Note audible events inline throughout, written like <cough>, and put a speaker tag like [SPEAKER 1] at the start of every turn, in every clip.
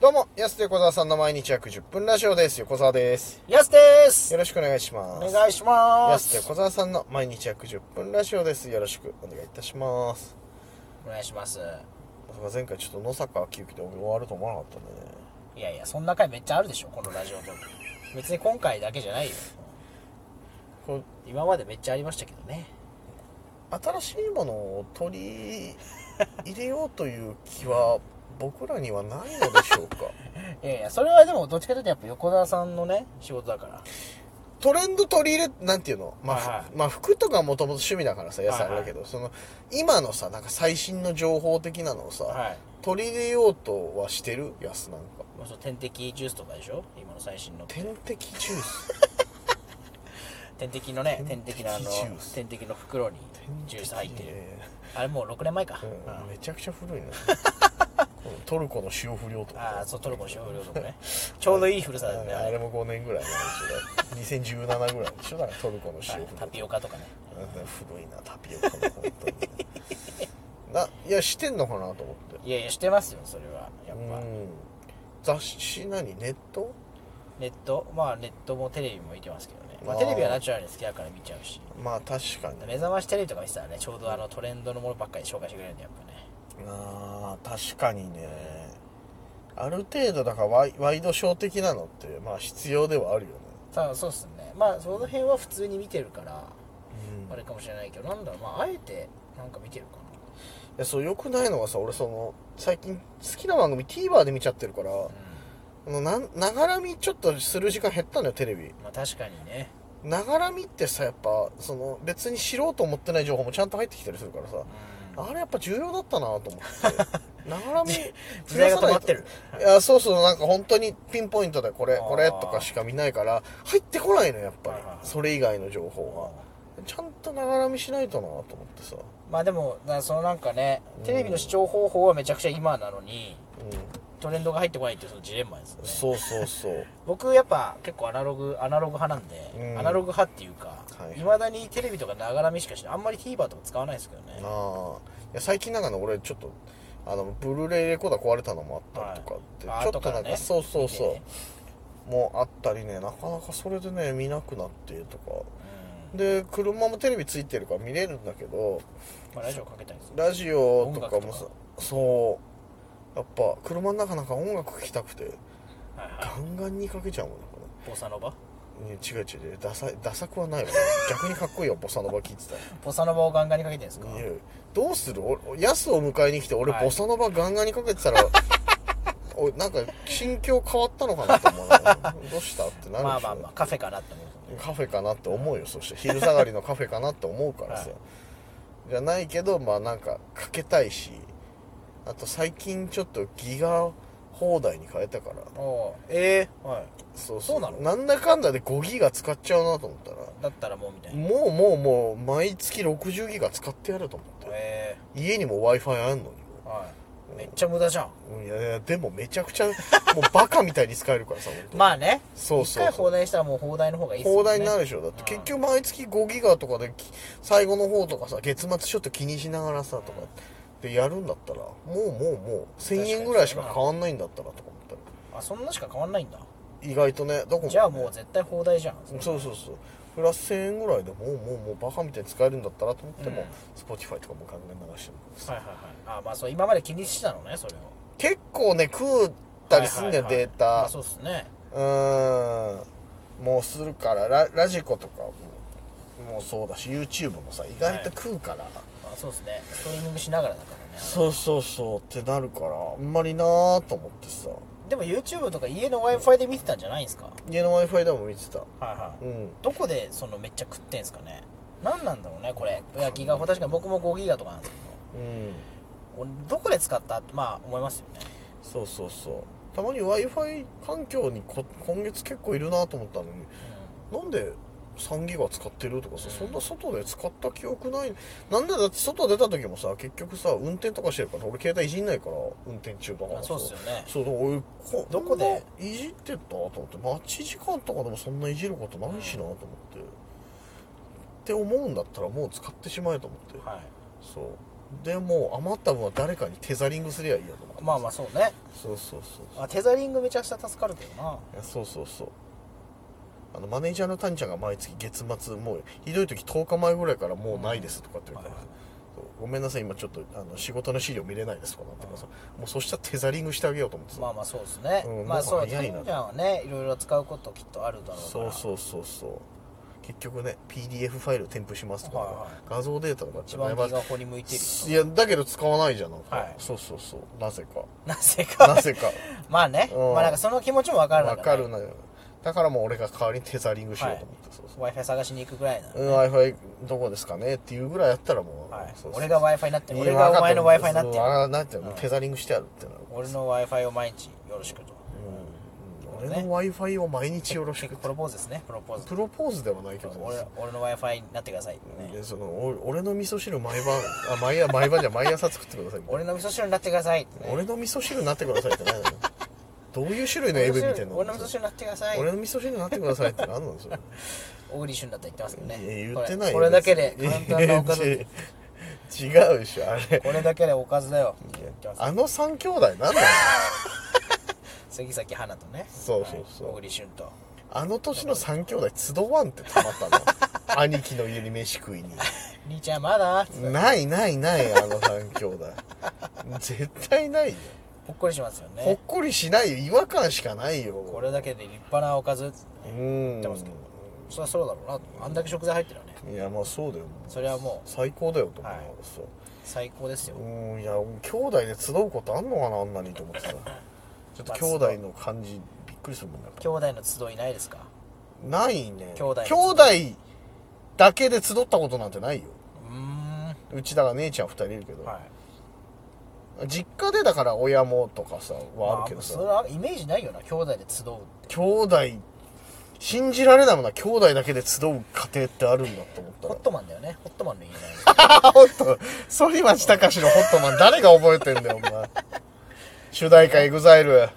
[SPEAKER 1] どうも、安手小沢さんの毎日約10分ラジオです。横澤です。
[SPEAKER 2] やすです
[SPEAKER 1] よろしくお願いします。
[SPEAKER 2] お願いしま
[SPEAKER 1] 安
[SPEAKER 2] す
[SPEAKER 1] 手小沢さんの毎日約10分ラジオです。よろしくお願いいたします。
[SPEAKER 2] お願いします
[SPEAKER 1] まさか前回ちょっと野坂昭之で終わると思わなかったんでね。
[SPEAKER 2] いやいやそんな回めっちゃあるでしょこのラジオでも別に今回だけじゃないよ
[SPEAKER 1] こ
[SPEAKER 2] 今までめっちゃありましたけどね
[SPEAKER 1] う新しいものを取り入れようという気は僕らにはないのでしょう
[SPEAKER 2] <laughs>
[SPEAKER 1] か
[SPEAKER 2] いやいやそれはでもどっちかというとやっぱ横澤さんのね仕事だから
[SPEAKER 1] トレンド取り入れ、なんていうのまあ、ふ
[SPEAKER 2] はいはい
[SPEAKER 1] まあ服とかもともと趣味だからさ、安さ
[SPEAKER 2] はい
[SPEAKER 1] ん
[SPEAKER 2] はい
[SPEAKER 1] だけど、その、今のさ、なんか最新の情報的なのをさ、
[SPEAKER 2] はい
[SPEAKER 1] 取り入れようとはしてる安なんか
[SPEAKER 2] もうその点滴ジュースとかでしょ今の最新の
[SPEAKER 1] 点滴ジュース
[SPEAKER 2] 点滴のね
[SPEAKER 1] 点
[SPEAKER 2] 点
[SPEAKER 1] 滴
[SPEAKER 2] 滴のあの
[SPEAKER 1] ジュース
[SPEAKER 2] 点滴の袋にジュース入ってる
[SPEAKER 1] ね
[SPEAKER 2] あれもう6年前か、
[SPEAKER 1] うん
[SPEAKER 2] うん
[SPEAKER 1] めちゃくちゃ古いな <laughs> このトルコの塩不良とか
[SPEAKER 2] ああそうトルコの塩料とかね <laughs> ちょうどいい古さだよね
[SPEAKER 1] あ
[SPEAKER 2] あ
[SPEAKER 1] れ
[SPEAKER 2] れ
[SPEAKER 1] も5年ぐらい前でしょ2017ぐらいでしょだからトルコの塩不
[SPEAKER 2] タ
[SPEAKER 1] 良
[SPEAKER 2] ピオカとかね
[SPEAKER 1] うん古いなタピオカも本当にないやしてんのかなと思って
[SPEAKER 2] いやいやしてますよそれはやっ
[SPEAKER 1] う
[SPEAKER 2] ぱ
[SPEAKER 1] ん雑誌何ネット
[SPEAKER 2] ネットまあネットもテレビも見てますけどね、ま
[SPEAKER 1] あ
[SPEAKER 2] あ、
[SPEAKER 1] ー
[SPEAKER 2] テレビはナチュラルに好きだから見ちゃうし
[SPEAKER 1] まあ確かに
[SPEAKER 2] 目覚ましテレビとか見てたらねちょうどあのトレンドのものばっかり紹介してくれるんでやっぱね
[SPEAKER 1] あー確かにねある程度だからワイワイドショー的なのってまあ必要ではあるよね、
[SPEAKER 2] ただそうっすねまあその辺は普通に見てるから
[SPEAKER 1] うん、
[SPEAKER 2] あ
[SPEAKER 1] い
[SPEAKER 2] れかもしれないけどなんだろうまああえてなんか見てるか
[SPEAKER 1] やそうよくないのはさ俺その最近好きな番組 TVer で見ちゃってるから
[SPEAKER 2] なう
[SPEAKER 1] あのなんながら見ちょっとする時間減ったのよテレビ
[SPEAKER 2] んまあ確かにね
[SPEAKER 1] ながら見ってさやっぱその別に知ろうと思ってない情報もちゃんと入ってきたりするからさ
[SPEAKER 2] うん
[SPEAKER 1] あれやっぱ重要だったなと思
[SPEAKER 2] <laughs>
[SPEAKER 1] って。ながらみ、
[SPEAKER 2] 時代が止まってる
[SPEAKER 1] いや、そうそう、なんか本当にピンポイントでこれ、
[SPEAKER 2] あー
[SPEAKER 1] これとかしか見ないから、入ってこないの、やっぱ
[SPEAKER 2] はいはいはい
[SPEAKER 1] り。それ以外の情報が。ちゃんとながらみしないとなと思ってさ。
[SPEAKER 2] まあでもだからそのなんかねテレビの視聴方法はめちゃくちゃ今なのに
[SPEAKER 1] うん。
[SPEAKER 2] トレンドが入ってこないっていうそのジレンマですよね
[SPEAKER 1] そうそうそう。
[SPEAKER 2] <laughs> 僕やっぱ結構アナログアナログ派なんで、
[SPEAKER 1] うん
[SPEAKER 2] アナログ派っていうか
[SPEAKER 1] はい
[SPEAKER 2] いま、未だにテレビとかながら見しかしないあんまり TVer とか使わないですけどね
[SPEAKER 1] ああ。いや、最近なんかね、俺ちょっと、あの、ブルーレイレコーダー壊れたのもあったりとかって、
[SPEAKER 2] はいあ
[SPEAKER 1] ちょっとなんか、
[SPEAKER 2] 後からね
[SPEAKER 1] そうそう
[SPEAKER 2] 見て
[SPEAKER 1] そ
[SPEAKER 2] ね
[SPEAKER 1] う。もうあったりね、なかなかそれでね、見なくなってとか。
[SPEAKER 2] うん
[SPEAKER 1] で、車もテレビついてるから見れるんだけど、
[SPEAKER 2] まあ、ラジオかけたいですよ
[SPEAKER 1] ラジオとかも
[SPEAKER 2] 音楽
[SPEAKER 1] さ
[SPEAKER 2] とか
[SPEAKER 1] そうやっぱ車の中なんか音楽聴きたくて
[SPEAKER 2] はいは
[SPEAKER 1] ガンガンにかけちゃうもんねこ
[SPEAKER 2] いボサノバ
[SPEAKER 1] れね違う違う違うダサいダサくは
[SPEAKER 2] <laughs>
[SPEAKER 1] ないわ逆にかっこいいよボサノバ聴いてた
[SPEAKER 2] ボサノバをガンガンにかけてるんですから
[SPEAKER 1] いやどうするおヤスを迎えに来て俺、
[SPEAKER 2] はい
[SPEAKER 1] ボサノバガンガンにかけてた
[SPEAKER 2] <laughs>
[SPEAKER 1] らおいなんか心境変わったのかなと思うなどうしたってなるでしょ
[SPEAKER 2] まあまあまあカフェかなって思うんですよね
[SPEAKER 1] カフェかなって思うよそして昼下がりのカフェかなって思うからさ、
[SPEAKER 2] はい
[SPEAKER 1] じゃないけどまあなんかかけたいしあと最近ちょっとギガ放題に変えたから
[SPEAKER 2] おうええはい
[SPEAKER 1] そう
[SPEAKER 2] そうなの
[SPEAKER 1] なんだかんだで5ギガ使っちゃうなと思ったら
[SPEAKER 2] だったらもうみたいな
[SPEAKER 1] もうもうもう毎月60ギガ使ってやると思って
[SPEAKER 2] え
[SPEAKER 1] 家にも w i f i あんの
[SPEAKER 2] えはいめっちゃ無駄じゃん
[SPEAKER 1] にうんいやいやでもめちゃくちゃもうバカみたいに使えるからさ本当に
[SPEAKER 2] まあね
[SPEAKER 1] そうそうそう
[SPEAKER 2] 一回放題したらもう放題の方がいいですよね
[SPEAKER 1] 放題になるでしょだって結局毎月5ギガとかでき最後の方とかさ月末ちょっと気にしながらさとかでやるんだったらもうもうもう1000円ぐらいしか変わんないんだったらとか思ったら
[SPEAKER 2] あそんなしか変わんないんだ
[SPEAKER 1] 意外とねどこもね
[SPEAKER 2] じゃあもう絶対放題じゃん
[SPEAKER 1] そうそうそうプラス1000円ぐらいでもうもうもうバカみたいに使えるんだったらと思っても、
[SPEAKER 2] うん
[SPEAKER 1] Spotify とかも考え流してるんです
[SPEAKER 2] はいはいはいあまあそう今まで気にしてたのねそれを
[SPEAKER 1] 結構ね食ったりすんだよ、
[SPEAKER 2] はいはいは
[SPEAKER 1] デ
[SPEAKER 2] い
[SPEAKER 1] ー
[SPEAKER 2] まあ
[SPEAKER 1] タ
[SPEAKER 2] そうっすね
[SPEAKER 1] うーんもうするからララジコとかももうそうだし YouTube もさ意外と食うから、
[SPEAKER 2] まあそうですねストリーミングしながらだからね
[SPEAKER 1] そうそうそうってなるからあんまりなーと思ってさ
[SPEAKER 2] でも YouTube とか家の w i f i で見てたんじゃないんですかは
[SPEAKER 1] 家の w i f i でも見てた
[SPEAKER 2] いは
[SPEAKER 1] うん
[SPEAKER 2] どこでそのめっちゃ食ってんすかね何なんだろうねこれいやギガ確かに僕も5ギガとかなんですけ
[SPEAKER 1] うん
[SPEAKER 2] ど俺どこで使ったってまあ思いますよね
[SPEAKER 1] そうそうそうたまに w i f i 環境にこ今月結構いるなと思ったのになんで3ギガ使ってるとかさそんな外で使った記憶ないなんでだって外出た時もさ結局さ運転とかしてるから俺携帯いじんないから運転中だか
[SPEAKER 2] ま
[SPEAKER 1] ら
[SPEAKER 2] あ
[SPEAKER 1] さ
[SPEAKER 2] そうっすよね
[SPEAKER 1] そうだから俺こ
[SPEAKER 2] どこで
[SPEAKER 1] こんないじってたと思って待ち時間とかでもそんないじることないしなと思って、って思うんだったらもう使ってしまえと思って
[SPEAKER 2] はい
[SPEAKER 1] そうでも余った分は誰かにテザリングすりゃいいやと思って
[SPEAKER 2] まあまあそうね
[SPEAKER 1] そうそうそうそう
[SPEAKER 2] あテザリングめちゃくちゃ助かるけどない
[SPEAKER 1] やそうそうそうあのマネージャーの谷ちゃんが毎月月末もうひどい時10日前ぐらいからもうないですとかって言うから、
[SPEAKER 2] はい
[SPEAKER 1] そうごめんなさい今ちょっとあの仕事の資料見れないですとかなってからさもうそしたらテザリングしてあげようと思ってさ、
[SPEAKER 2] まあまあそうですね、
[SPEAKER 1] うん
[SPEAKER 2] まあそう
[SPEAKER 1] もう早いな
[SPEAKER 2] 神ちゃんはねいろいろ使うこときっとあるだろうから
[SPEAKER 1] そうそうそうそう結局ね PDF ファイル添付しますとか、
[SPEAKER 2] はいはい
[SPEAKER 1] 画像データとかって
[SPEAKER 2] 一番気がここに向いてる
[SPEAKER 1] いやだけど使わないじゃんなんか、
[SPEAKER 2] はい
[SPEAKER 1] そうそうそうなぜか
[SPEAKER 2] <laughs> <laughs> なぜか
[SPEAKER 1] なぜか
[SPEAKER 2] まあね、
[SPEAKER 1] うん
[SPEAKER 2] まあなんかその気持ちもわかる
[SPEAKER 1] わ
[SPEAKER 2] ん
[SPEAKER 1] かるなよだからもう俺が代わりにテザリングしようと思って、そうそう
[SPEAKER 2] w i f i 探しに行くぐらいなの、
[SPEAKER 1] うん w i f i どこですかねっていうぐらいやったらもう,、
[SPEAKER 2] はい
[SPEAKER 1] そうそう
[SPEAKER 2] 俺が w i f i になって
[SPEAKER 1] いや
[SPEAKER 2] 俺がお前の w i f i になっ
[SPEAKER 1] 分
[SPEAKER 2] て
[SPEAKER 1] かったんだけどそう分かんないってもうテザリングしてやるってなる、
[SPEAKER 2] 俺の w i f i を毎日よろしくと
[SPEAKER 1] うん
[SPEAKER 2] 俺
[SPEAKER 1] 俺
[SPEAKER 2] ね
[SPEAKER 1] の w i f i を毎日よろ
[SPEAKER 2] <laughs>
[SPEAKER 1] しく
[SPEAKER 2] プロポーズですねプロポーズ
[SPEAKER 1] プロポーズではないけど
[SPEAKER 2] 俺俺の w i f i になってください、ね
[SPEAKER 1] でそのお俺の味噌汁毎晩あ毎晩毎晩じゃない毎朝作ってくださいみたいな
[SPEAKER 2] 俺の味噌汁になってください、ね
[SPEAKER 1] 俺の味噌汁になってくださいって何なのどういう種類のエブ見てんの
[SPEAKER 2] 俺の味噌汁になってください
[SPEAKER 1] 俺の味噌汁になってくださいって何なんですよ
[SPEAKER 2] 小栗旬だって言ってますけどね
[SPEAKER 1] いや言ってないよ
[SPEAKER 2] これこれだけで
[SPEAKER 1] 別に
[SPEAKER 2] 簡単なお <laughs> か
[SPEAKER 1] い
[SPEAKER 2] ず
[SPEAKER 1] や違うでしょあれ
[SPEAKER 2] これだけでおかずだよ言ってます
[SPEAKER 1] あの三兄弟なんだよ
[SPEAKER 2] 杉咲花とね
[SPEAKER 1] そうそうそう
[SPEAKER 2] はい小栗旬と
[SPEAKER 1] あの年の三兄弟集わんってたまったの兄貴の家に飯食いに
[SPEAKER 2] 兄ちゃんまだ
[SPEAKER 1] ないないないあの三兄弟絶対ないよ
[SPEAKER 2] ほっこりしますよ
[SPEAKER 1] ほっ
[SPEAKER 2] ね
[SPEAKER 1] こりしないよ違和感しかないよ
[SPEAKER 2] これだけで立派なおかず
[SPEAKER 1] うん
[SPEAKER 2] ってますけどそりゃそうだろうなとあんだけ食材入ってるよね
[SPEAKER 1] いやまあそうだよ
[SPEAKER 2] それはもう
[SPEAKER 1] 最高だよと思う、
[SPEAKER 2] はい
[SPEAKER 1] そう
[SPEAKER 2] 最高ですよ
[SPEAKER 1] うんいや兄弟で集うことあんのかなあんなにと思ってさちょっと兄弟の感じびっくりするもんな
[SPEAKER 2] 兄弟の集いないですか
[SPEAKER 1] ないね
[SPEAKER 2] 兄弟
[SPEAKER 1] 兄弟だけで集ったことなんてないよ
[SPEAKER 2] うーんは
[SPEAKER 1] うちだから姉ちゃん2人いるけど、
[SPEAKER 2] い
[SPEAKER 1] 実家でだから親もとかさはあ
[SPEAKER 2] ま
[SPEAKER 1] るけどさ、
[SPEAKER 2] それはイメージないよな兄弟で集うって
[SPEAKER 1] 兄弟信じられないもんな兄弟だけで集う家庭ってあるんだと思った
[SPEAKER 2] ホ <laughs>
[SPEAKER 1] ら
[SPEAKER 2] ットマンだよねホットマンの
[SPEAKER 1] <laughs>
[SPEAKER 2] 家なんです
[SPEAKER 1] あホット <laughs> 反町隆史のホットマン誰が覚えてんだよお前主題歌エグザイル
[SPEAKER 2] はい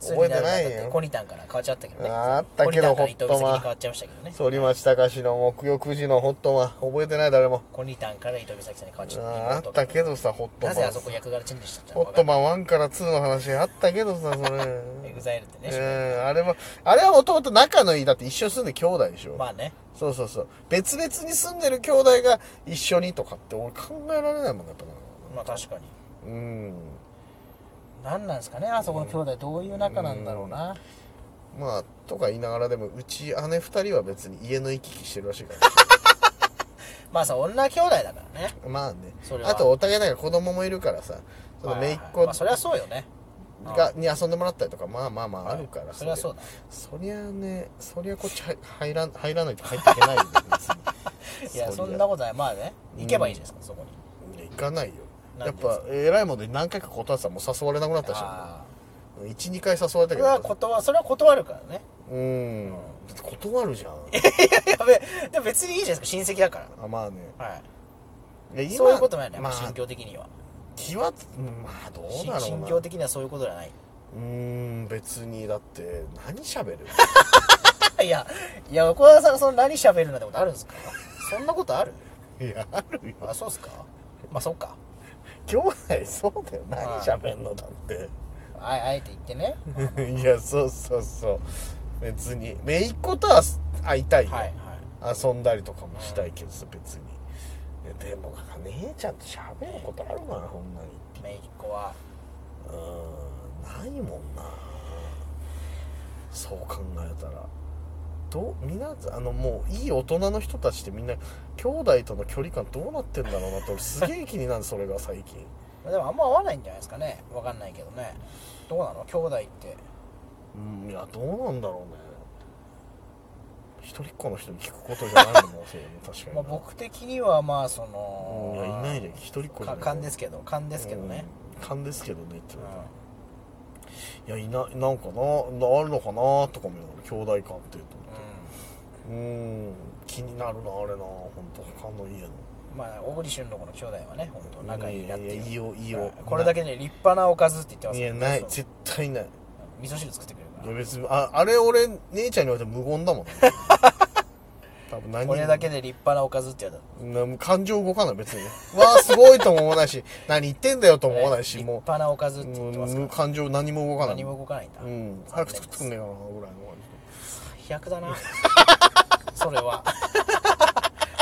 [SPEAKER 1] 覚えてないよ
[SPEAKER 2] だってコニタンから変わっちゃったけどね
[SPEAKER 1] あったけど
[SPEAKER 2] コニタンから伊藤美咲に
[SPEAKER 1] ホットマン
[SPEAKER 2] 変わっちゃいましたけどね
[SPEAKER 1] 反町隆史の木曜9時のホットマン覚えてない誰も
[SPEAKER 2] コニタンから伊藤美咲さんに変わっちゃった
[SPEAKER 1] ああったけどさホットマ
[SPEAKER 2] な
[SPEAKER 1] ン
[SPEAKER 2] ぜあそこ役柄チェンジしちゃった
[SPEAKER 1] ホッ
[SPEAKER 2] の
[SPEAKER 1] トマン1から2の話あったけどさそれ
[SPEAKER 2] <laughs> エグザイルってね、
[SPEAKER 1] うんあれはあれはもともと仲のいいだって一緒に住んで兄弟でしょ、
[SPEAKER 2] まあね
[SPEAKER 1] そうそうそう別々に住んでる兄弟が一緒にとかって俺考えられないもんねやっぱな
[SPEAKER 2] まあ確かに
[SPEAKER 1] うん
[SPEAKER 2] 何なんですかねあそこの兄弟どういう仲なんだろうな、
[SPEAKER 1] まあとか言いながらでもうち姉2人は別に家の行き来してるらしいから
[SPEAKER 2] <laughs> まあさ女兄弟だからね
[SPEAKER 1] まあね
[SPEAKER 2] それは
[SPEAKER 1] あとお互いなんか子供もいるからさその
[SPEAKER 2] は
[SPEAKER 1] 姪
[SPEAKER 2] いはい
[SPEAKER 1] っ子
[SPEAKER 2] まあ、そりゃそうよね
[SPEAKER 1] がに遊んでもらったりとかまあまあまああるから、
[SPEAKER 2] はいそりゃそうだ
[SPEAKER 1] そりゃねそりゃこっち入入らん入らないと入っていけないよ別に
[SPEAKER 2] いや
[SPEAKER 1] そ
[SPEAKER 2] そ
[SPEAKER 1] りゃ
[SPEAKER 2] んなことないまあね行けばいいじゃないですか、そこに
[SPEAKER 1] いや行かないよ
[SPEAKER 2] なん
[SPEAKER 1] や
[SPEAKER 2] で
[SPEAKER 1] っ
[SPEAKER 2] ですか
[SPEAKER 1] ぱ偉いもんで何回か断ってたらもう誘われなくなったし
[SPEAKER 2] あ
[SPEAKER 1] 12回誘われた
[SPEAKER 2] あそ
[SPEAKER 1] け
[SPEAKER 2] れは
[SPEAKER 1] ど
[SPEAKER 2] 断それは断るからね <laughs>
[SPEAKER 1] うん断るじゃん
[SPEAKER 2] やべえでも別にいいじゃないですか親戚だか
[SPEAKER 1] あまあね
[SPEAKER 2] らはい
[SPEAKER 1] いや今
[SPEAKER 2] そういうこともやね、
[SPEAKER 1] まあ
[SPEAKER 2] 心境的には
[SPEAKER 1] 気はうんまあどうだろうな
[SPEAKER 2] 心境的にはそういうことじゃないう
[SPEAKER 1] ーん別にだ
[SPEAKER 2] <laughs>
[SPEAKER 1] って何喋る <laughs>
[SPEAKER 2] いやいや横田さんがその何喋るなんてことあるんで
[SPEAKER 1] <laughs>
[SPEAKER 2] すかそんなことある
[SPEAKER 1] いやあるよ
[SPEAKER 2] あそうっすかまあそっか
[SPEAKER 1] 兄弟そうだよ何喋んのだって
[SPEAKER 2] ああえて言ってね
[SPEAKER 1] <laughs> いやそうそうそう別に姪っ子とは会いたいよ、
[SPEAKER 2] はいはい
[SPEAKER 1] 遊んだりとかもしたいけどさ別にいやでもなんか姉ちゃんと喋ることあるかなほんなに
[SPEAKER 2] 姪っ子は
[SPEAKER 1] うーんないもんなそう考えたらどうみんなあのもういい大人の人たちってみんな兄弟との距離感どうなってんだろうなって俺すげえ気になるそれが最近
[SPEAKER 2] まあでもあんま合わないんじゃないですかねわかんないけどねどうなの兄弟って
[SPEAKER 1] うんいやどうなんだろうね一人っ子の人に聞くことじゃないもんなそういうの確かに
[SPEAKER 2] ま
[SPEAKER 1] な
[SPEAKER 2] あ、僕的にはまあそ
[SPEAKER 1] うん
[SPEAKER 2] の
[SPEAKER 1] いやいないじゃん一人っ子じゃ
[SPEAKER 2] か
[SPEAKER 1] ない
[SPEAKER 2] 勘ですけど勘ですけどね、
[SPEAKER 1] うん勘ですけどねって
[SPEAKER 2] う
[SPEAKER 1] 言
[SPEAKER 2] ん
[SPEAKER 1] われたいやいないなんかななあるのかなとかも言うの兄弟感っていうとうーん気になるなあれな本当他の家の
[SPEAKER 2] うんまあ小栗旬のこの兄弟はね本当仲いいなって
[SPEAKER 1] い
[SPEAKER 2] い
[SPEAKER 1] やいや
[SPEAKER 2] う
[SPEAKER 1] いいよいいよ
[SPEAKER 2] はこれだけね立派なおかずって言ってます
[SPEAKER 1] い
[SPEAKER 2] けど
[SPEAKER 1] やない
[SPEAKER 2] そう
[SPEAKER 1] 絶対ない
[SPEAKER 2] 味噌汁作ってくれるか
[SPEAKER 1] い
[SPEAKER 2] ら <laughs>
[SPEAKER 1] や別にああれ俺姉ちゃんに言われて無言だもん、ね、多分何
[SPEAKER 2] これだけで立派なおかずってやつだ
[SPEAKER 1] なもう感情動かない別にね <laughs> わあすごいとも思わないし何言ってんだよとも思わないし
[SPEAKER 2] 立
[SPEAKER 1] も
[SPEAKER 2] 派なおかずっ
[SPEAKER 1] う
[SPEAKER 2] て言ってますか
[SPEAKER 1] もう感情何も動
[SPEAKER 2] ら
[SPEAKER 1] かない
[SPEAKER 2] 何も動かないんだ
[SPEAKER 1] うん早く作ってくんねえかなぐらいの感
[SPEAKER 2] 最悪だなそれは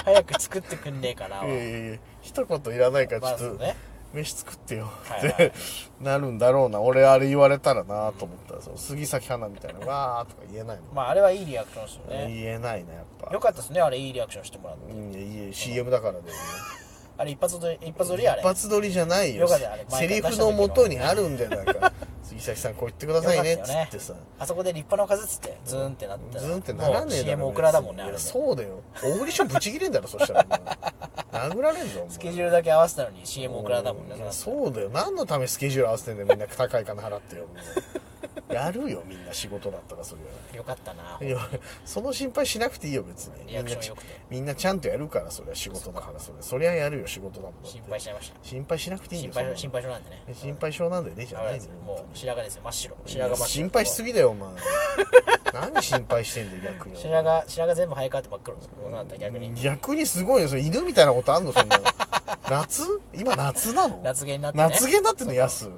[SPEAKER 2] 早く作ってくんねえかな
[SPEAKER 1] じでいやいやいや一言いらないから
[SPEAKER 2] まあ
[SPEAKER 1] ち
[SPEAKER 2] そ
[SPEAKER 1] ょ
[SPEAKER 2] う
[SPEAKER 1] っと
[SPEAKER 2] ね
[SPEAKER 1] 飯作ってよ
[SPEAKER 2] は
[SPEAKER 1] っ
[SPEAKER 2] いはい
[SPEAKER 1] てなるんだろうな俺あれ言われたらなと思ったらその杉咲花みたいなわあとか言えないもん
[SPEAKER 2] まああれはいいリアクションですよね
[SPEAKER 1] 言えないねやっぱ
[SPEAKER 2] よかったですねあれいいリアクションしてもらって
[SPEAKER 1] うんいやいや CM だからだよね
[SPEAKER 2] あれ一発撮り一発撮りあれ
[SPEAKER 1] 一発撮りじゃないよ
[SPEAKER 2] よかったよあれ
[SPEAKER 1] セリフのもとにあるんだよなんか杉咲さんこう言ってくださいねっ
[SPEAKER 2] よか
[SPEAKER 1] つ
[SPEAKER 2] ったよね
[SPEAKER 1] ってさ
[SPEAKER 2] あそこで立派なおかずっつってズーンってなったら
[SPEAKER 1] ズンってならねえだろ
[SPEAKER 2] もう CM
[SPEAKER 1] 別に
[SPEAKER 2] オクラだもんねあ
[SPEAKER 1] い
[SPEAKER 2] れ
[SPEAKER 1] や
[SPEAKER 2] ね
[SPEAKER 1] そうだよ大栗旬ブチ切れんだろそしたらお前殴られんぞお前
[SPEAKER 2] スケジュールだけ合わせたのに CM オクラだもんね
[SPEAKER 1] いやそうだよ何のためスケジュール合わせてんだよみんな高い金払ってよもうやるよみんな仕事だったらそれは
[SPEAKER 2] よかったない
[SPEAKER 1] やその心配しなくていいよ別に
[SPEAKER 2] リアクション良くて
[SPEAKER 1] みんなちゃんとやるからそれは仕事だからそれそりゃやるよ仕事だもんだって
[SPEAKER 2] 心配しちゃいました
[SPEAKER 1] 心配しなくていい
[SPEAKER 2] 心
[SPEAKER 1] よそ
[SPEAKER 2] 配心
[SPEAKER 1] ん
[SPEAKER 2] 配症なんでね
[SPEAKER 1] な心配性なんだよねじゃないのよ
[SPEAKER 2] もう白髪ですよ真っ白
[SPEAKER 1] い
[SPEAKER 2] 白
[SPEAKER 1] や
[SPEAKER 2] 髪真っ白
[SPEAKER 1] 心配しすぎだよお前何心配してんだよ逆に
[SPEAKER 2] 白髪白髪全部生え変わって真っ黒ですよそうなったら逆に
[SPEAKER 1] 逆にすごいよそれ犬みたいなことあんのそんな
[SPEAKER 2] <laughs>
[SPEAKER 1] の夏今夏なの
[SPEAKER 2] 夏毛になってね
[SPEAKER 1] 夏毛になってんのやす
[SPEAKER 2] はい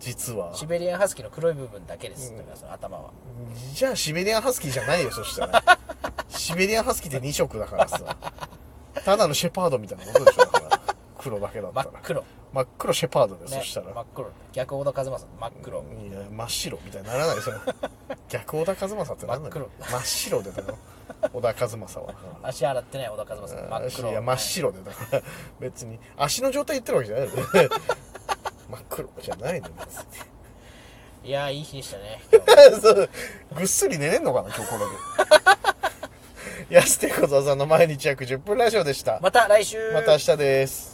[SPEAKER 1] 実は
[SPEAKER 2] シベリアンハスキーの黒い部分だけです、だからその頭は
[SPEAKER 1] じゃあシベリアンハスキーじゃないよそしたら
[SPEAKER 2] <laughs>
[SPEAKER 1] シベリアンハスキーって2色だからさただのシェパードみたいなことでしょだから黒だけだった
[SPEAKER 2] 真
[SPEAKER 1] ら
[SPEAKER 2] っ黒、ね、
[SPEAKER 1] 真っ黒シェパードで、そしたら
[SPEAKER 2] 真っ黒逆小田和正さん真っ黒、
[SPEAKER 1] いや真っ白みたいにならないですよ逆小田和正ってなんなの
[SPEAKER 2] 真っ
[SPEAKER 1] 真っ白でだよ小田和正は
[SPEAKER 2] 足洗ってない小田和正さん真っ黒
[SPEAKER 1] いや真っ白でだから別に足の状態言ってるわけじゃないの <laughs> ね真っ黒じゃないの <laughs> よ別に
[SPEAKER 2] いやいい日でしたね今日
[SPEAKER 1] そうぐっすり寝れんのかな今日これ <laughs> で安手小沢さんの毎日約10分ラジオでした
[SPEAKER 2] また来週
[SPEAKER 1] また明日です